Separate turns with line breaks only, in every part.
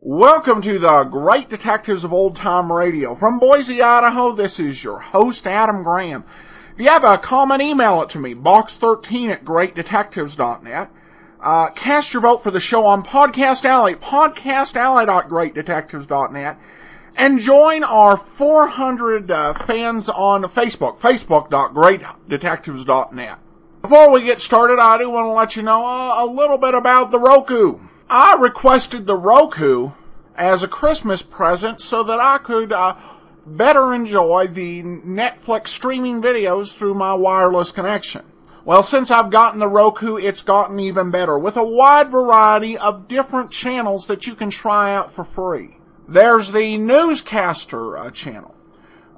Welcome to the Great Detectives of Old Time Radio. From Boise, Idaho, this is your host, Adam Graham. If you have a comment, email it to me, box13 at greatdetectives.net. Uh, cast your vote for the show on Podcast Alley, podcastalley.greatdetectives.net. And join our 400 uh, fans on Facebook, facebook.greatdetectives.net. Before we get started, I do want to let you know uh, a, a little bit about the Roku. I requested the Roku as a Christmas present so that I could uh, better enjoy the Netflix streaming videos through my wireless connection. Well, since I've gotten the Roku, it's gotten even better with a wide variety of different channels that you can try out for free. There's the Newscaster uh, channel.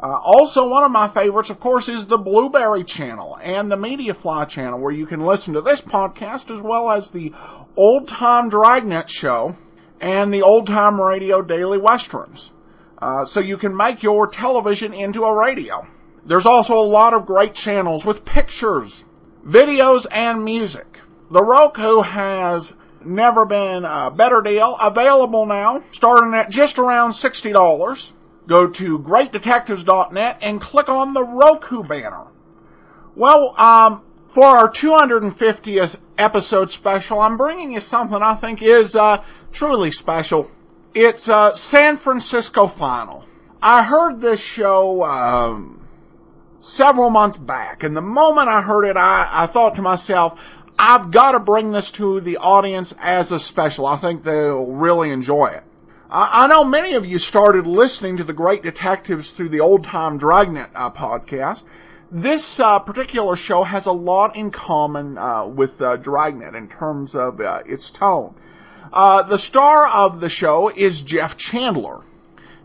Uh, also, one of my favorites, of course, is the Blueberry Channel and the Mediafly Channel, where you can listen to this podcast as well as the Old Time Dragnet Show and the Old Time Radio Daily Westerns. Uh, so you can make your television into a radio. There's also a lot of great channels with pictures, videos, and music. The Roku has never been a better deal. Available now, starting at just around sixty dollars go to greatdetectives.net and click on the Roku banner. Well, um, for our 250th episode special, I'm bringing you something I think is uh, truly special. It's uh, San Francisco Final. I heard this show um, several months back, and the moment I heard it, I, I thought to myself, I've got to bring this to the audience as a special. I think they'll really enjoy it. I know many of you started listening to the Great Detectives through the Old Time Dragnet uh, podcast. This uh, particular show has a lot in common uh, with Dragnet in terms of uh, its tone. Uh, the star of the show is Jeff Chandler.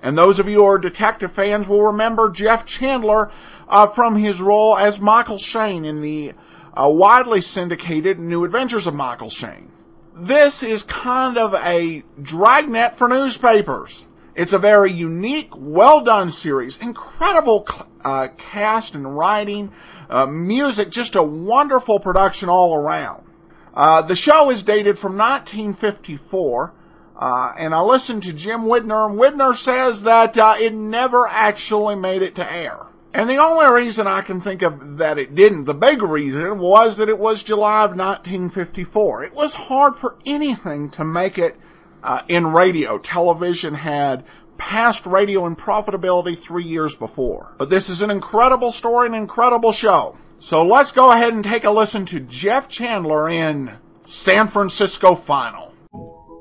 And those of you who are detective fans will remember Jeff Chandler uh, from his role as Michael Shane in the uh, widely syndicated New Adventures of Michael Shane this is kind of a dragnet for newspapers. It's a very unique, well done series. Incredible uh, cast and writing, uh, music, just a wonderful production all around. Uh, the show is dated from 1954, and I listened to Jim Widner, and Widner says that uh, it never actually made it to air. And the only reason I can think of that it didn't, the big reason, was that it was July of 1954. It was hard for anything to make it uh, in radio. Television had passed radio in profitability three years before. But this is an incredible story, an incredible show. So let's go ahead and take a listen to Jeff Chandler in San Francisco Final.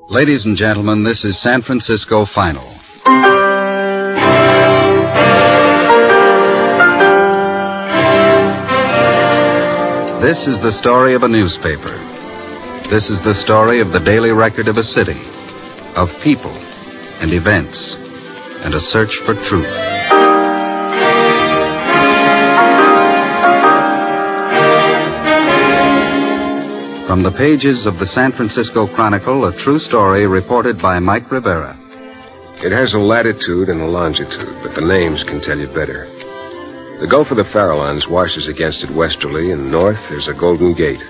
Ladies and gentlemen, this is San Francisco Final. This is the story of a newspaper. This is the story of the daily record of a city, of people and events, and a search for truth. From the pages of the San Francisco Chronicle, a true story reported by Mike Rivera.
It has a latitude and a longitude, but the names can tell you better. The Gulf of the Farallons washes against it westerly, and north there's a Golden Gate.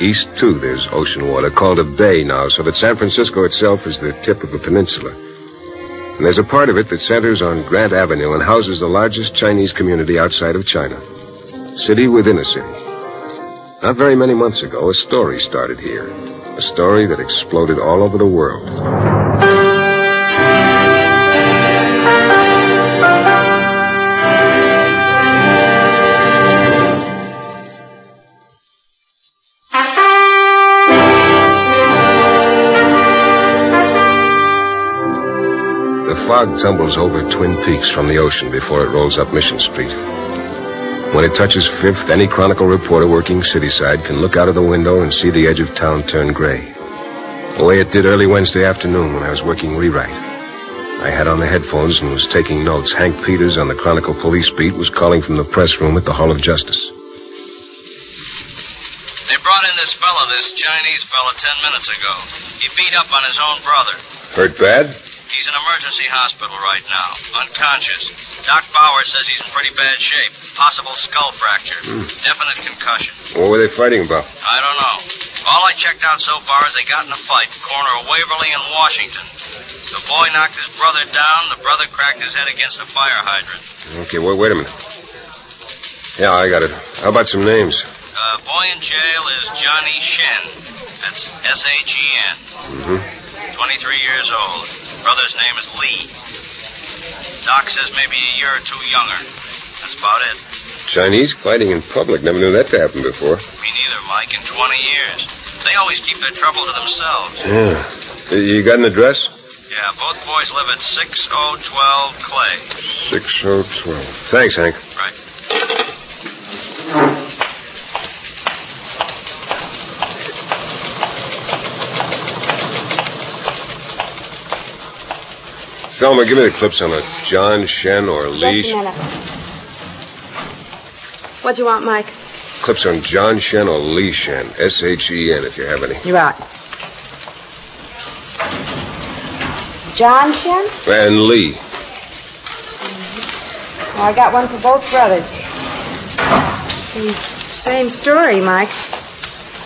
East, too, there's ocean water called a bay now, so that San Francisco itself is the tip of a peninsula. And there's a part of it that centers on Grant Avenue and houses the largest Chinese community outside of China. City within a city. Not very many months ago, a story started here. A story that exploded all over the world. fog tumbles over Twin Peaks from the ocean before it rolls up Mission Street. When it touches Fifth, any Chronicle reporter working cityside can look out of the window and see the edge of town turn gray. The way it did early Wednesday afternoon when I was working rewrite. I had on the headphones and was taking notes. Hank Peters on the Chronicle police beat was calling from the press room at the Hall of Justice.
They brought in this fella, this Chinese fella, ten minutes ago. He beat up on his own brother.
Hurt bad?
He's in emergency hospital right now, unconscious. Doc Bauer says he's in pretty bad shape. Possible skull fracture, mm. definite concussion.
What were they fighting about?
I don't know. All I checked out so far is they got in a fight, corner of Waverly and Washington. The boy knocked his brother down. The brother cracked his head against a fire hydrant.
Okay, wait, wait a minute. Yeah, I got it. How about some names?
Uh, boy in jail is Johnny Shen. That's S H E N.
Mm-hmm.
23 years old. Brother's name is Lee. Doc says maybe a year or two younger. That's about it.
Chinese fighting in public. Never knew that to happen before.
Me neither, Mike, in 20 years. They always keep their trouble to themselves.
Yeah. Uh, You got an address?
Yeah, both boys live at 6012 Clay.
6012. Thanks, Hank.
Right.
Selma, give me the clips on a John Shen or Lee.
Just a minute. What do you want, Mike?
Clips on John Shen or Lee Shen. S H E N, if you have any.
You're out. John Shen?
And Lee.
Well, I got one for both brothers. Hmm, Same story, Mike.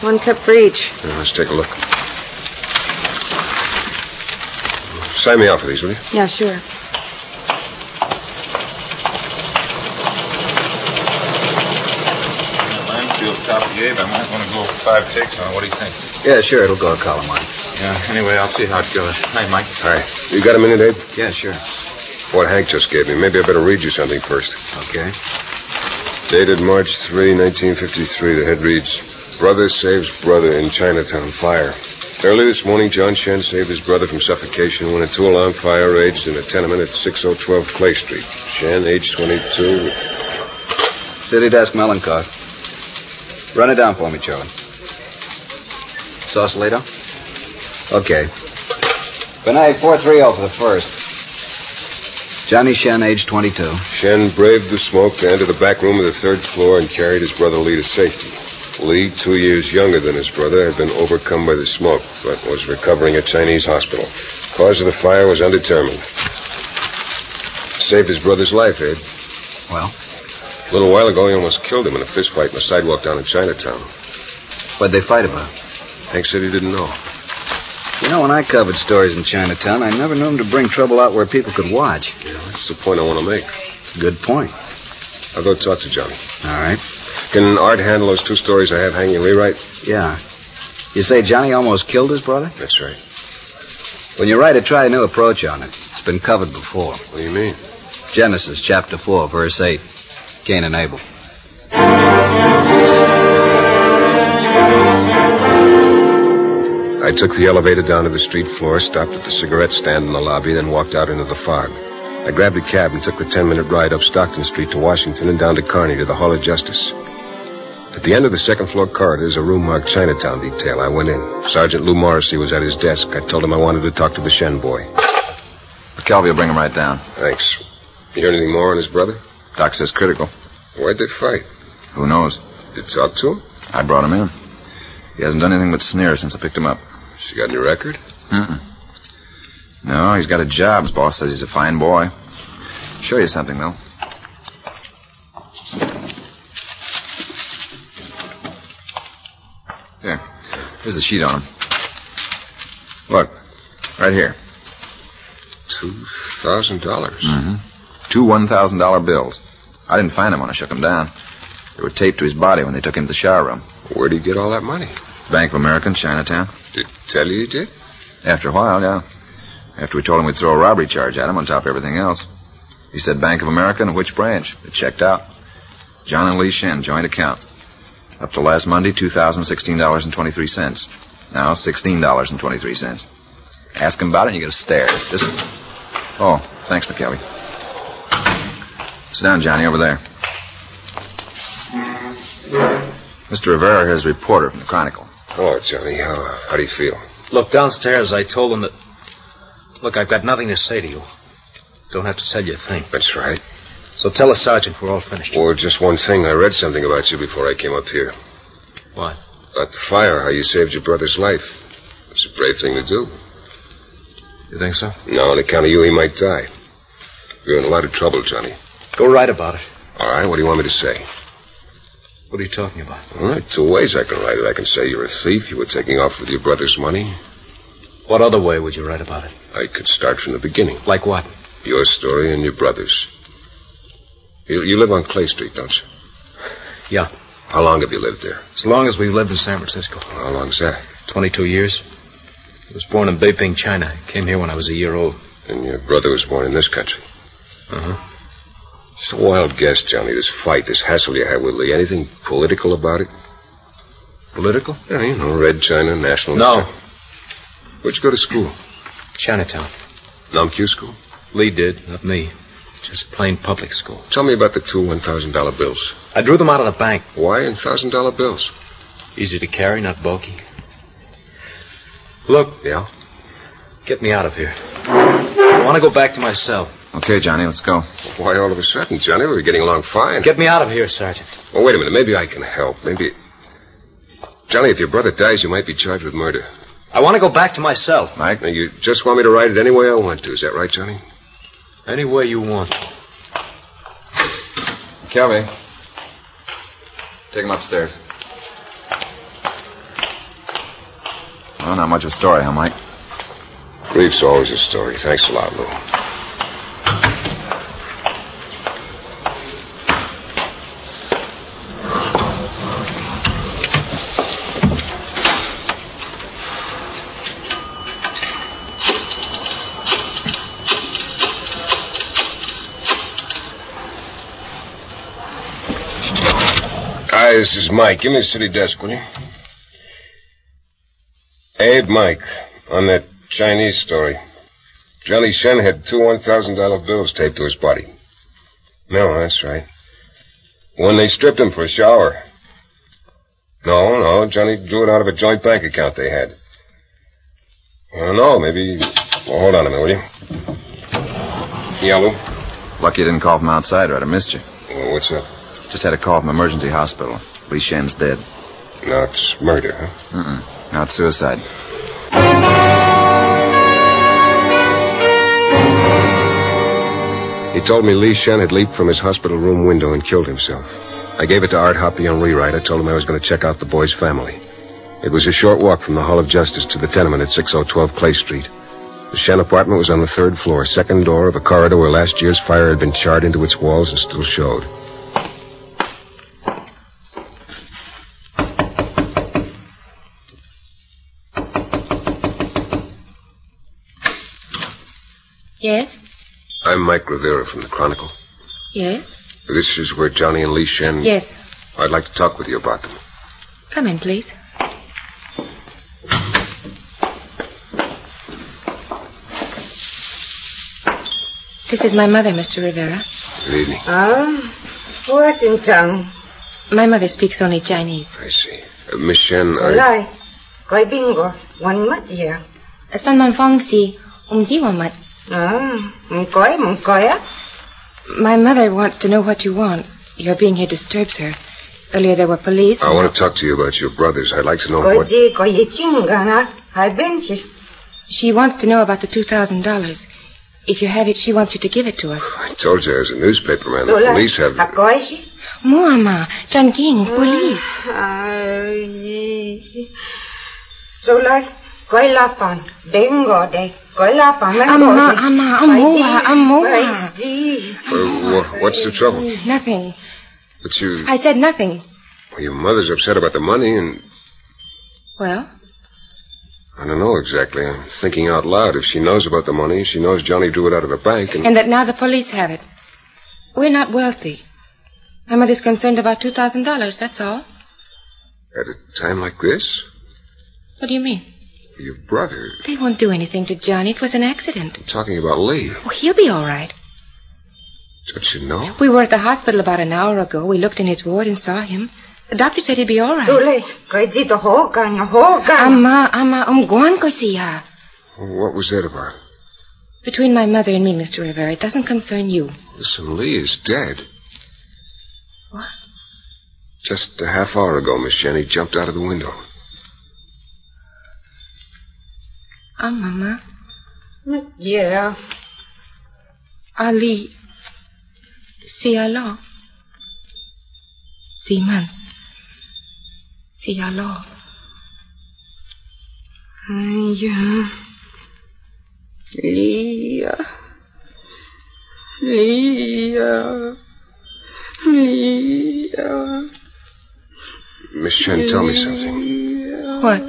One clip for each.
Yeah, Uh, let's take a look. Sign me out for these, will you?
Yeah, sure.
Landfield top of the eight. I might want to go for five takes on it. What do you think?
Yeah, sure, it'll go a column one.
Yeah, anyway, I'll see how it goes. Hey, Mike.
All right. You got a minute, Abe?
Yeah, sure.
What Hank just gave me. Maybe I better read you something first.
Okay.
Dated March 3, 1953, the head reads Brother saves brother in Chinatown fire. Early this morning, John Shen saved his brother from suffocation when a two alarm fire raged in a tenement at 6012 Clay Street. Shen, age 22.
City desk Mellencott. Run it down for me, Charlie. Sausalito? Okay. Benag 430 for the first. Johnny Shen, age 22.
Shen braved the smoke to enter the back room of the third floor and carried his brother Lee to safety. Lee, two years younger than his brother, had been overcome by the smoke, but was recovering at Chinese hospital. Cause of the fire was undetermined. Saved his brother's life, Ed.
Well,
A little while ago, he almost killed him in a fist fight on the sidewalk down in Chinatown.
what'd they fight about?
Hank said he didn't know.
You know, when I covered stories in Chinatown, I never knew them to bring trouble out where people could watch.
Yeah, that's the point I want to make.
Good point.
I'll go talk to Johnny.
All right.
Can Art handle those two stories I have hanging rewrite?
Yeah. You say Johnny almost killed his brother?
That's right.
When you write it, try a new approach on it. It's been covered before.
What do you mean?
Genesis chapter 4, verse 8. Cain and Abel.
I took the elevator down to the street floor, stopped at the cigarette stand in the lobby, then walked out into the fog. I grabbed a cab and took the ten-minute ride up Stockton Street to Washington and down to Kearney to the Hall of Justice. At the end of the second-floor corridor is a room marked Chinatown Detail. I went in. Sergeant Lou Morrissey was at his desk. I told him I wanted to talk to the Shen boy.
McKelvey will bring him right down.
Thanks. You hear anything more on his brother?
Doc says critical.
Why'd they fight?
Who knows?
Did you talk to him?
I brought him in. He hasn't done anything but sneer since I picked him up.
She got any record?
Mm-mm. No, he's got a job. His boss says he's a fine boy. Show you something, though. Here. Here's the sheet on him. Look. Right here.
Two thousand dollars.
Hmm. Two $1,000 bills. I didn't find him when I shook him down. They were taped to his body when they took him to the shower room.
Where'd he get all that money?
Bank of America in Chinatown.
Did he tell you he did?
After a while, yeah. After we told him we'd throw a robbery charge at him on top of everything else. He said Bank of America and which branch. It checked out. John and Lee Shen joint account. Up to last Monday, $2,016.23. Now, $16.23. Ask him about it and you get a stare. Just... Oh, thanks, McKelvey. Sit down, Johnny, over there. Mr. Rivera here is a reporter from the Chronicle.
Hello, Oh, Johnny. How, how do you feel?
Look, downstairs I told them that. Look, I've got nothing to say to you. Don't have to tell you a thing.
That's right.
So tell the sergeant we're all finished.
Well, just one thing. I read something about you before I came up here.
What?
About the fire, how you saved your brother's life. It's a brave thing to do.
You think so?
Now, on account of you, he might die. You're in a lot of trouble, Johnny.
Go right about it.
All right, what do you want me to say?
What are you talking about?
All right, two ways I can write it. I can say you're a thief, you were taking off with your brother's money.
What other way would you write about it?
I could start from the beginning.
Like what?
Your story and your brother's. You, you live on Clay Street, don't you?
Yeah.
How long have you lived there?
As long as we've lived in San Francisco.
How long's that?
22 years. I was born in Beiping, China. Came here when I was a year old.
And your brother was born in this country.
Uh huh.
It's a wild guess, Johnny. This fight, this hassle you had with Lee. Anything political about it?
Political?
Yeah, you know, Red China, Nationalist.
No.
China. Where'd you go to school?
Chinatown.
Non-Q school.
Lee did, not me. Just plain public school.
Tell me about the two one thousand dollar bills.
I drew them out of the bank.
Why in thousand dollar bills?
Easy to carry, not bulky. Look,
Yeah.
get me out of here. I want to go back to my cell.
Okay, Johnny, let's go.
Why all of a sudden, Johnny? We were getting along fine.
Get me out of here, Sergeant.
Well, wait a minute. Maybe I can help. Maybe. Johnny, if your brother dies, you might be charged with murder.
I want to go back to my cell.
Now, you just want me to write it any way I want to. Is that right, Johnny?
Any way you want.
Kelly, take him upstairs. Well, not much of a story, huh, Mike?
Grief's always a story. Thanks a lot, Lou. Hi, this is Mike. Give me the city desk, will you? Abe Mike, on that Chinese story. Johnny Shen had two $1,000 bills taped to his body. No, that's right. When they stripped him for a shower. No, no, Johnny drew it out of a joint bank account they had. I don't know, maybe. Well, hold on a minute, will you? Yeah, Lou?
Lucky you didn't call from outside, or I'd have missed you.
Well, what's up?
Just had a call from emergency hospital. Lee Shen's dead.
No, it's murder, huh?
Mm-mm. Not suicide.
He told me Lee Shen had leaped from his hospital room window and killed himself. I gave it to Art Hoppy on rewrite. I told him I was going to check out the boy's family. It was a short walk from the Hall of Justice to the tenement at 6012 Clay Street. The Shen apartment was on the third floor, second door of a corridor where last year's fire had been charred into its walls and still showed.
Yes?
I'm Mike Rivera from the Chronicle.
Yes?
This is where Johnny and Lee Shen.
Yes.
I'd like to talk with you about them.
Come in, please. This is my mother, Mr. Rivera.
Good evening.
Oh, fortune tongue.
My mother speaks only Chinese.
I see. Uh, Miss Shen, are you-
Lai. Koi bingo. One month here.
San man fong si um ji wa mat.
Oh, mkoi, mkoya.
My mother wants to know what you want. Your being here disturbs her. Earlier there were police.
I want to talk to you about your brothers. I'd like to know
Koi
what.
ji, koi yi chinga na. Hai benchi.
She wants to know about the $2,000. If you have it, she wants you to give it to us.
I told you I was a newspaperman. The
Sula.
police have.
Hakoi shi.
Mama, Chan King, police.
Oh, ye. So, Lai. Koi lapan. Bingo day. Koi lapan. mango
Amma,
day.
amma,
Koi
amoa,
ji,
amoa.
koi ji.
Uh, wha- what's the trouble?
Nothing.
But you,
I said nothing.
well, your mother's upset about the money, and
Well,
I don't know exactly. I'm thinking out loud. If she knows about the money, she knows Johnny drew it out of the bank, and,
and that now the police have it. We're not wealthy. My mother's concerned about $2,000, that's all.
at a time like this,
What do you mean?
your brother
They won't do anything to Johnny. It was an accident.
talking about Lee.
Oh, he'll be all right.
Don't you know?
We were at the hospital about an hour ago. We looked in his ward and saw him. The doctor said he'd be all right.
Sula. Koi ji to hogan, hogan.
Ama, ama, um, guan ko siya.
What was that about?
Between my mother and me, Mr. Rivera, it doesn't concern you.
Listen, Lee is dead.
What?
Just a half hour ago, Miss Jenny jumped out of the window.
Ah, Mama,
Yeah.
Ali, si alo. Si man. Si alo.
Yeah.
Leah. Leah. Leah.
Miss Chen, tell me something.
What?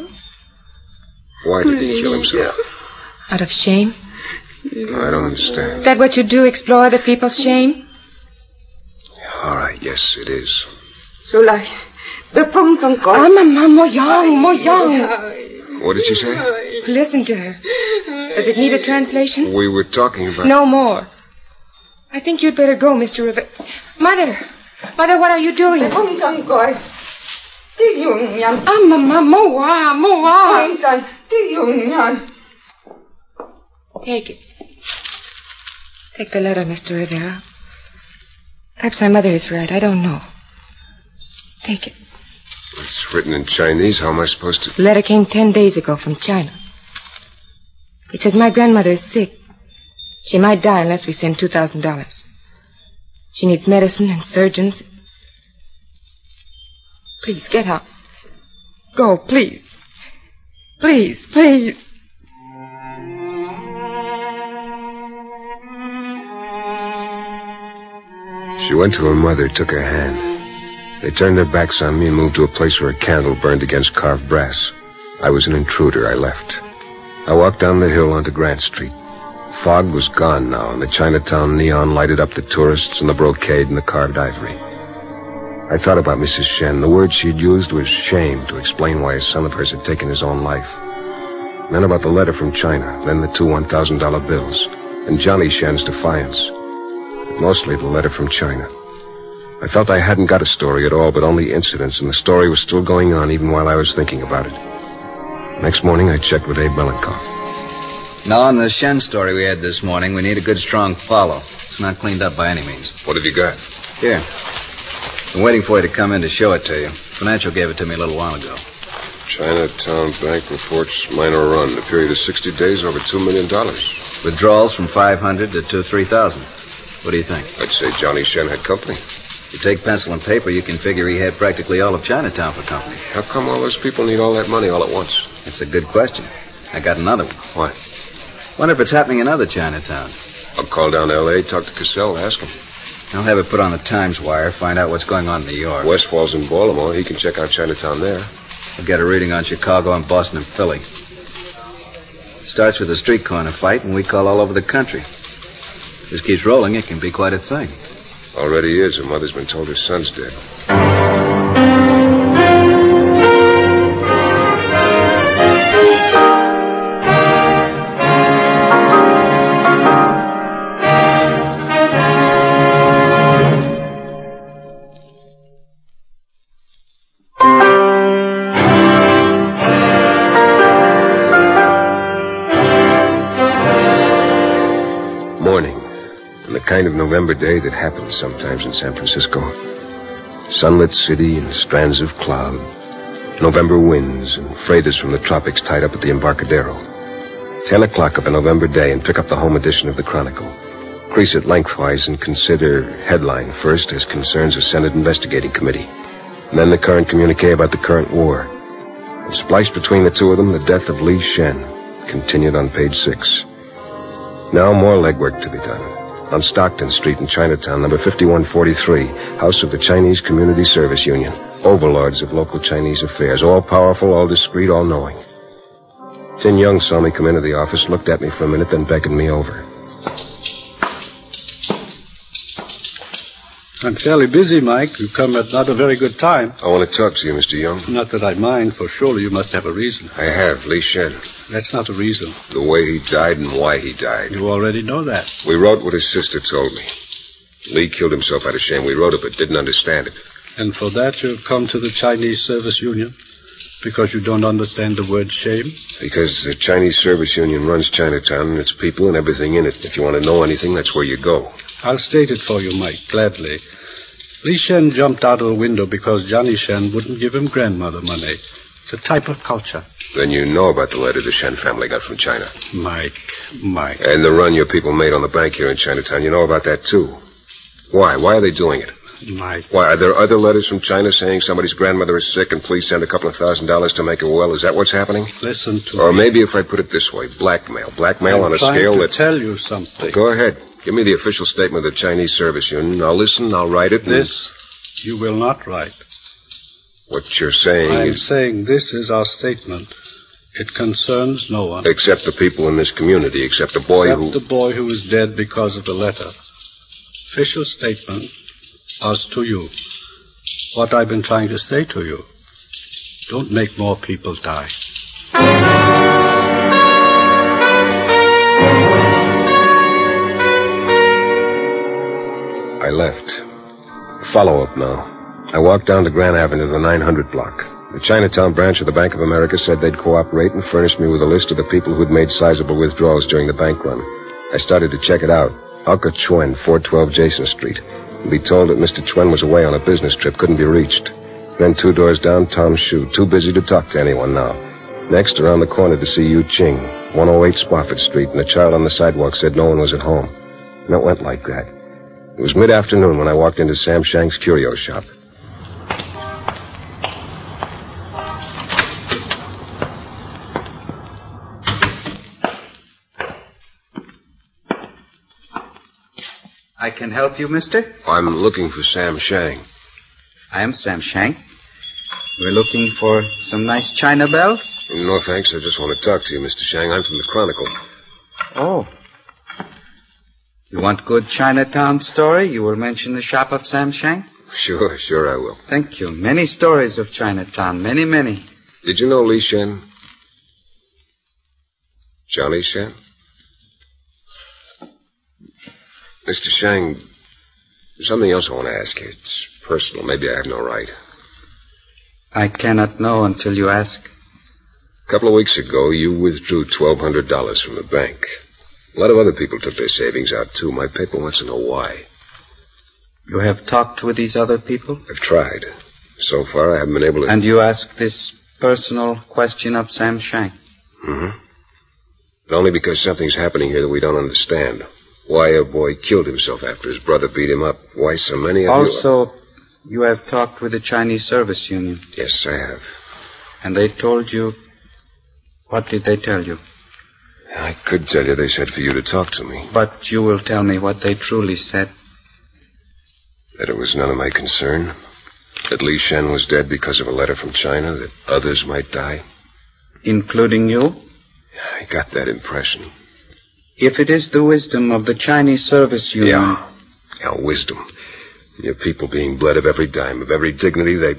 Why did he kill himself?
Out of shame?
I don't understand.
Is that what you do, explore other people's shame?
All right, yes, it is.
Sulai. Oh, Mama, Moyang, Moyang.
What did she say?
Listen to her. Does it need a translation?
We were talking about.
No more. I think you'd better go, Mr. Rivet. Mother! Mother, what are you doing? Ah, Mama, Moa, Ờ. Moa. Take it. Take the letter, Mr. Rivera. Perhaps my mother is right. I don't know. Take it.
It's written in Chinese. How am I supposed to?
The letter came ten days ago from China. It says my grandmother is sick. She might die unless we send two thousand dollars. She needs medicine and surgeons. Please get out. Go, please. Please, please.
She went to her mother, took her hand. They turned their backs on me and moved to a place where a candle burned against carved brass. I was an intruder. I left. I walked down the hill onto Grant Street. Fog was gone now, and the Chinatown neon lighted up the tourists and the brocade and the carved ivory. I thought about Mrs. Shen. The word she'd used was shame to explain why a son of hers had taken his own life. Then about the letter from China, then the two $1,000 bills, and Johnny Shen's defiance. But mostly the letter from China. I felt I hadn't got a story at all, but only incidents, and the story was still going on even while I was thinking about it. Next morning, I checked with Abe Melenkoff.
Now, on the Shen story we had this morning, we need a good strong follow. It's not cleaned up by any means.
What have you got?
Here. I'm waiting for you to come in to show it to you. Financial gave it to me a little while ago.
Chinatown Bank reports minor run. A period of 60 days, over $2 million.
Withdrawals from 500 to two, 3,000. What do you think?
I'd say Johnny Shen had company.
You take pencil and paper, you can figure he had practically all of Chinatown for company.
How come all those people need all that money all at once?
That's a good question. I got another one.
What?
Wonder if it's happening in other Chinatowns.
I'll call down to L.A., talk to Cassell, ask him.
I'll have it put on the Times wire, find out what's going on in New York.
Westfall's in Baltimore. He can check out Chinatown there.
I'll get a reading on Chicago and Boston and Philly. Starts with a street corner fight, and we call all over the country. If this keeps rolling, it can be quite a thing.
Already is. Her mother's been told her son's dead. Morning, and the kind of November day that happens sometimes in San Francisco. Sunlit city and strands of cloud, November winds and freighters from the tropics tied up at the Embarcadero. Ten o'clock of a November day, and pick up the home edition of the Chronicle. Crease it lengthwise and consider headline first as concerns a Senate investigating committee, and then the current communique about the current war. And spliced between the two of them, the death of Lee Shen, continued on page six. Now more legwork to be done. On Stockton Street in Chinatown, number 5143, House of the Chinese Community Service Union, overlords of local Chinese affairs, all powerful, all discreet, all knowing. Tin Young saw me come into the office, looked at me for a minute, then beckoned me over.
I'm fairly busy, Mike. You come at not a very good time.
I want to talk to you, Mr. Young.
Not that I mind, for surely you must have a reason.
I have Lee Shen,
That's not a reason.
the way he died and why he died.
You already know that.
We wrote what his sister told me. Lee killed himself out of shame. We wrote it, but didn't understand it.
And for that you've come to the Chinese Service Union? Because you don't understand the word shame?
Because the Chinese Service Union runs Chinatown and its people and everything in it. If you want to know anything, that's where you go.
I'll state it for you, Mike, gladly. Li Shen jumped out of the window because Johnny Shen wouldn't give him grandmother money. It's a type of culture.
Then you know about the letter the Shen family got from China.
Mike, Mike.
And the run your people made on the bank here in Chinatown. You know about that, too. Why? Why are they doing it?
Mike.
Why, are there other letters from China saying somebody's grandmother is sick and please send a couple of thousand dollars to make her well? Is that what's happening?
Listen to
Or maybe if I put it this way, blackmail. Blackmail
I'm
on a
trying
scale
to
that...
tell you something.
Go ahead. Give me the official statement of the Chinese Service Union. I'll listen, I'll write it, and...
This you will not write.
What you're saying
I'm
is...
saying this is our statement. It concerns no one
Except the people in this community, except a boy
except
who...
the boy who is dead because of the letter. Official statement as to you. What I've been trying to say to you. Don't make more people die.
I left. Follow up now. I walked down to Grand Avenue, the 900 block. The Chinatown branch of the Bank of America said they'd cooperate and furnished me with a list of the people who'd made sizable withdrawals during the bank run. I started to check it out. Alka Chuen, 412 Jason Street. And be told that Mr. Chuen was away on a business trip, couldn't be reached. Then two doors down, Tom Shu, too busy to talk to anyone now. Next, around the corner to see Yu Ching, 108 Spofford Street, and a child on the sidewalk said no one was at home. And it went like that. It was mid afternoon when I walked into Sam Shank's curio shop.
I can help you, mister?
I'm looking for Sam Shang.
I am Sam Shank. We're looking for some nice china bells?
No thanks, I just want to talk to you, Mr. Shang. I'm from the Chronicle.
Oh. You want good Chinatown story? You will mention the shop of Sam Shank?
Sure, sure I will.
Thank you. Many stories of Chinatown. Many, many.
Did you know Lee Shen? Johnny Shen? Mr. Shang, there's something else I want to ask you. It's personal. Maybe I have no right.
I cannot know until you ask.
A couple of weeks ago, you withdrew $1,200 from the bank. A lot of other people took their savings out, too. My paper wants to know why.
You have talked with these other people?
I've tried. So far, I haven't been able to.
And you ask this personal question of Sam Shank.
hmm But only because something's happening here that we don't understand. Why a boy killed himself after his brother beat him up. Why so many of you.
Also, you have talked with the Chinese Service Union,
Yes, I have.
and they told you. What did they tell you?
I could tell you they said for you to talk to me.
But you will tell me what they truly said.
That it was none of my concern. That Li Shen was dead because of a letter from China. That others might die.
including you?
I got that impression.
If it is the wisdom of the Chinese service union,
Yeah. Our wisdom. Your people being bled of every dime, of every dignity they.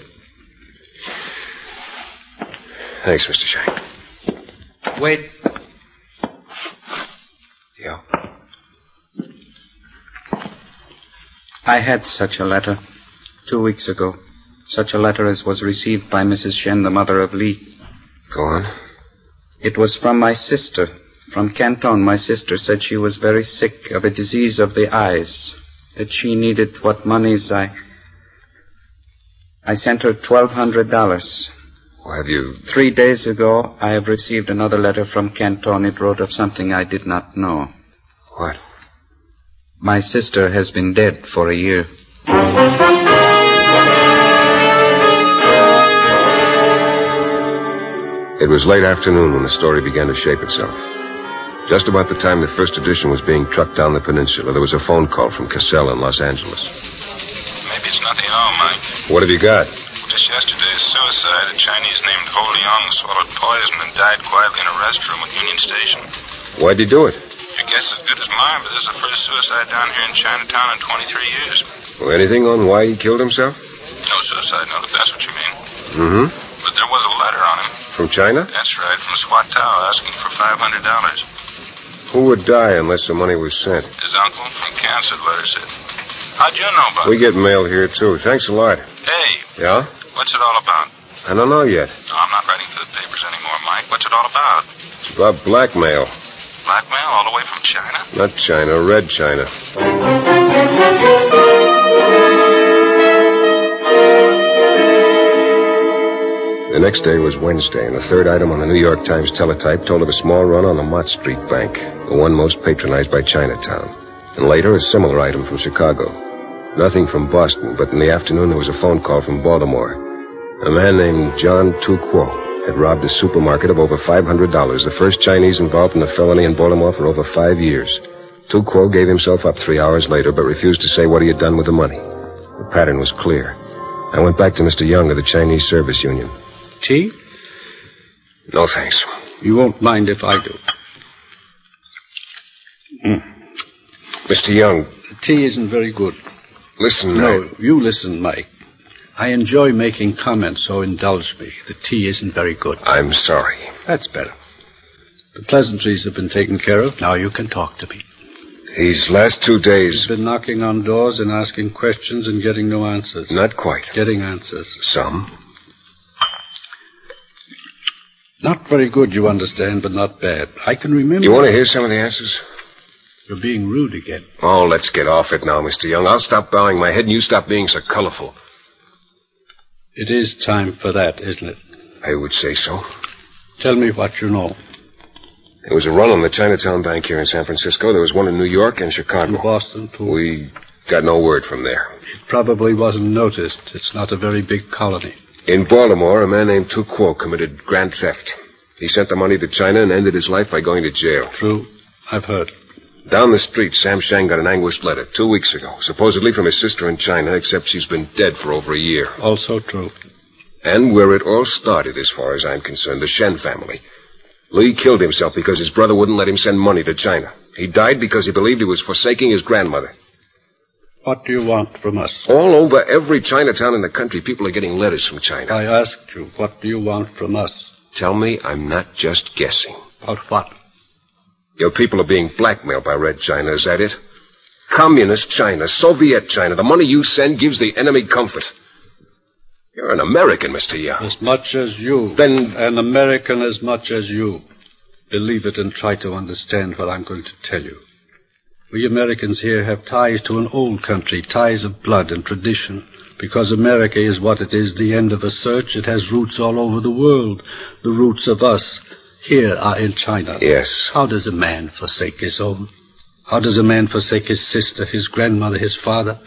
Thanks, Mr. Shank.
wait,
Yeah.
I had such a letter two weeks ago. Such a letter as was received by Mrs. Shen, the mother of Lee.
Go on.
It was from my sister, from Canton. My sister said she was very sick of a disease of the eyes, that she needed what monies I. I sent her twelve hundred dollars.
Well, have you.
Three days ago, I have received another letter from Canton. It wrote of something I did not know.
What?
My sister has been dead for a year.
It was late afternoon when the story began to shape itself. Just about the time the first edition was being trucked down the peninsula, there was a phone call from Cassell in Los Angeles.
Maybe it's nothing at all, Mike.
What have you got?
Just yesterday's suicide, a Chinese named Ho Liang swallowed poison and died quietly in a restroom at Union Station.
Why'd you do it?
Your guess is as good as mine, but this is the first suicide down here in Chinatown in 23 years.
Well, anything on why he killed himself?
No suicide note, if that's what you mean.
Mm hmm.
But there was a letter on him.
From China?
That's right, from Swat Tao asking for $500.
Who would die unless the money was sent?
His uncle from cancer, the letter said. How'd you know about
We get mail here, too. Thanks a lot.
it? Hey,
Yeah?
what's it all about?
I don't know yet.
No, I'm not writing for the papers anymore, Mike. What's it all about?
It's about blackmail.
Blackmail all the way from China?
Not China, Red China. The next day was Wednesday, and a third item on the New York Times teletype told of a small run on the Mott Street Bank, the one most patronized by Chinatown. And later, a similar item from Chicago. Nothing from Boston, but in the afternoon there was a phone call from Baltimore. A man named John Tu Kuo had robbed a supermarket of over $500, the first Chinese involved in a felony in Baltimore for over five years. Tu Kuo gave himself up three hours later, but refused to say what he had done with the money. The pattern was clear. I went back to Mr. Young of the Chinese Service Union.
Tea?
No, thanks.
You won't mind if I do.
Mr. Young.
The tea isn't very good.
Listen,
No, you listen, Mike. I enjoy making comments, so indulge me. The tea isn't very good.
I'm sorry.
That's better. The pleasantries have been taken care of. Now you can talk to me.
These last two days.
He's been knocking on doors and asking questions and getting no answers.
Not quite.
Getting answers.
Some.
Not very good, you understand, but not bad. I can remember.
You want to hear some of the answers?
You're being rude again.
Oh, let's get off it now, Mr. Young. I'll stop bowing my head and you stop being so colorful.
It is time for that, isn't it?
I would say so.
Tell me what you know.
There was a run on the Chinatown Bank here in San Francisco. There was one in New York and Chicago.
Boston, too.
We got no word from there.
It probably wasn't noticed. It's not a very big colony.
In Baltimore, a man named Tu Kuo committed grand theft. He sent the money to China and ended his life by going to jail.
True. I've heard.
Down the street, Sam Shang got an anguished letter two weeks ago, supposedly from his sister in China, except she's been dead for over a year.
Also true.
And where it all started, as far as I'm concerned, the Shen family. Lee killed himself because his brother wouldn't let him send money to China. He died because he believed he was forsaking his grandmother.
What do you want from us?
All over every Chinatown in the country, people are getting letters from China.
I asked you, what do you want from us?
Tell me I'm not just guessing.
About what?
Your people are being blackmailed by Red China, is that it? Communist China, Soviet China, the money you send gives the enemy comfort. You're an American, Mr. Young.
As much as you.
Then-
An American as much as you. Believe it and try to understand what I'm going to tell you. We Americans here have ties to an old country, ties of blood and tradition. Because America is what it is, the end of a search, it has roots all over the world. The roots of us here are in China.
Yes.
How does a man forsake his home? How does a man forsake his sister, his grandmother, his father?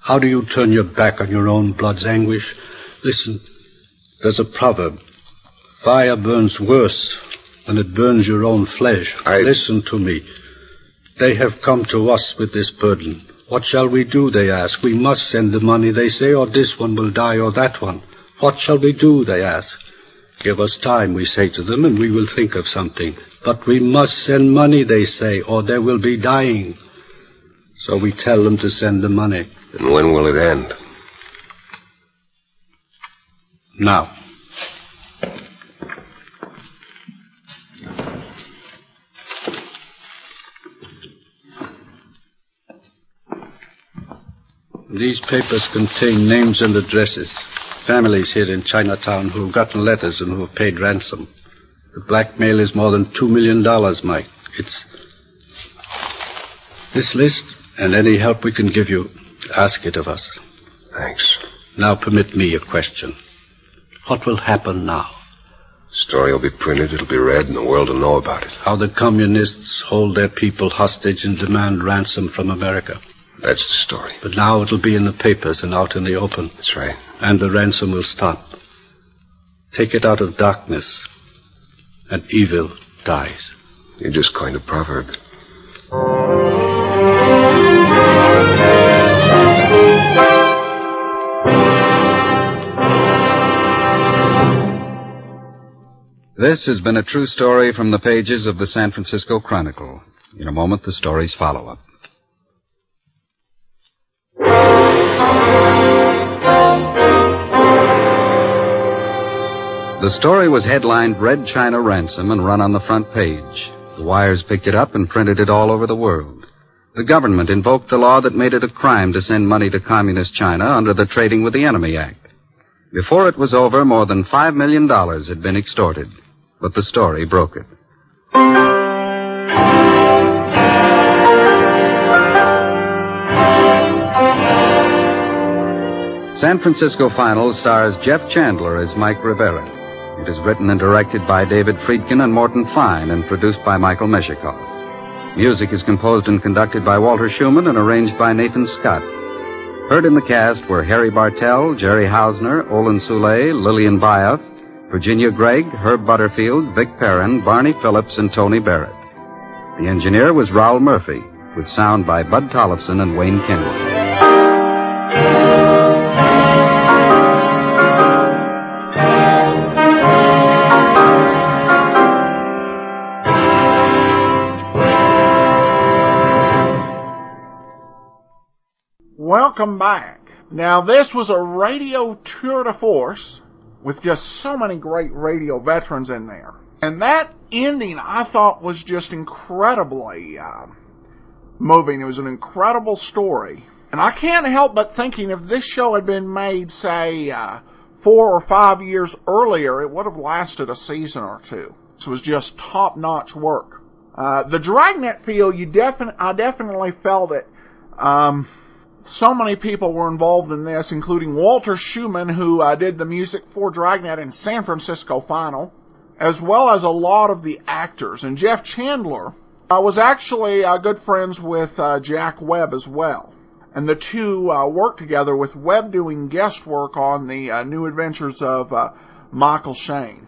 How do you turn your back on your own blood's anguish? Listen, there's a proverb. Fire burns worse when it burns your own flesh.
I-
Listen to me. They have come to us with this burden. What shall we do, they ask. We must send the money, they say, or this one will die or that one. What shall we do, they ask. Give us time, we say to them, and we will think of something. But we must send money, they say, or there will be dying. So we tell them to send the money.
And when will it end?
Now. These papers contain names and addresses. Families here in Chinatown who've gotten letters and who've paid ransom. The blackmail is more than two million dollars, Mike. It's this list and any help we can give you, ask it of us.
Thanks.
Now permit me a question. What will happen now?
Story will be printed, it'll be read, and the world will know about it.
How the communists hold their people hostage and demand ransom from America.
That's the story.
But now it'll be in the papers and out in the open,
That's right.
and the ransom will stop. Take it out of darkness, and evil dies.
You just coined a proverb.
This has been a true story from the pages of the San Francisco Chronicle. In a moment, the story's follow up. The story was headlined Red China Ransom and run on the front page. The wires picked it up and printed it all over the world. The government invoked the law that made it a crime to send money to communist China under the Trading with the Enemy Act. Before it was over, more than $5 million had been extorted. But the story broke it. San Francisco Final stars Jeff Chandler as Mike Rivera. It is written and directed by David Friedkin and Morton Fine and produced by Michael Meshikoff. Music is composed and conducted by Walter Schumann and arranged by Nathan Scott.
Heard in the cast were Harry Bartell, Jerry Hausner, Olin Soule, Lillian Baeff, Virginia Gregg, Herb Butterfield, Vic Perrin, Barney Phillips, and Tony Barrett. The engineer was Raoul Murphy, with sound by Bud Tollefson and Wayne Kendall.
Welcome back. Now, this was a radio tour de force with just so many great radio veterans in there. And that ending I thought was just incredibly uh, moving. It was an incredible story. And I can't help but thinking if this show had been made, say, uh, four or five years earlier, it would have lasted a season or two. This was just top notch work. Uh, the Dragnet feel, you defin- I definitely felt it. Um, so many people were involved in this, including Walter Schumann, who uh, did the music for Dragnet in San Francisco Final, as well as a lot of the actors. And Jeff Chandler uh, was actually uh, good friends with uh, Jack Webb as well. And the two uh, worked together with Webb doing guest work on the uh, new adventures of uh, Michael Shane.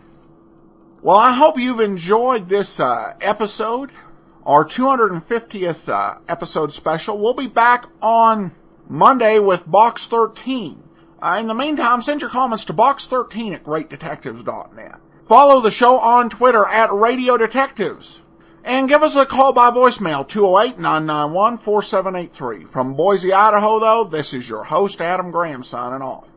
Well, I hope you've enjoyed this uh, episode, our 250th uh, episode special. We'll be back on Monday with Box 13. Uh, in the meantime, send your comments to box13 at greatdetectives.net. Follow the show on Twitter at Radio Detectives. And give us a call by voicemail, 208-991-4783. From Boise, Idaho, though, this is your host, Adam Graham, signing off.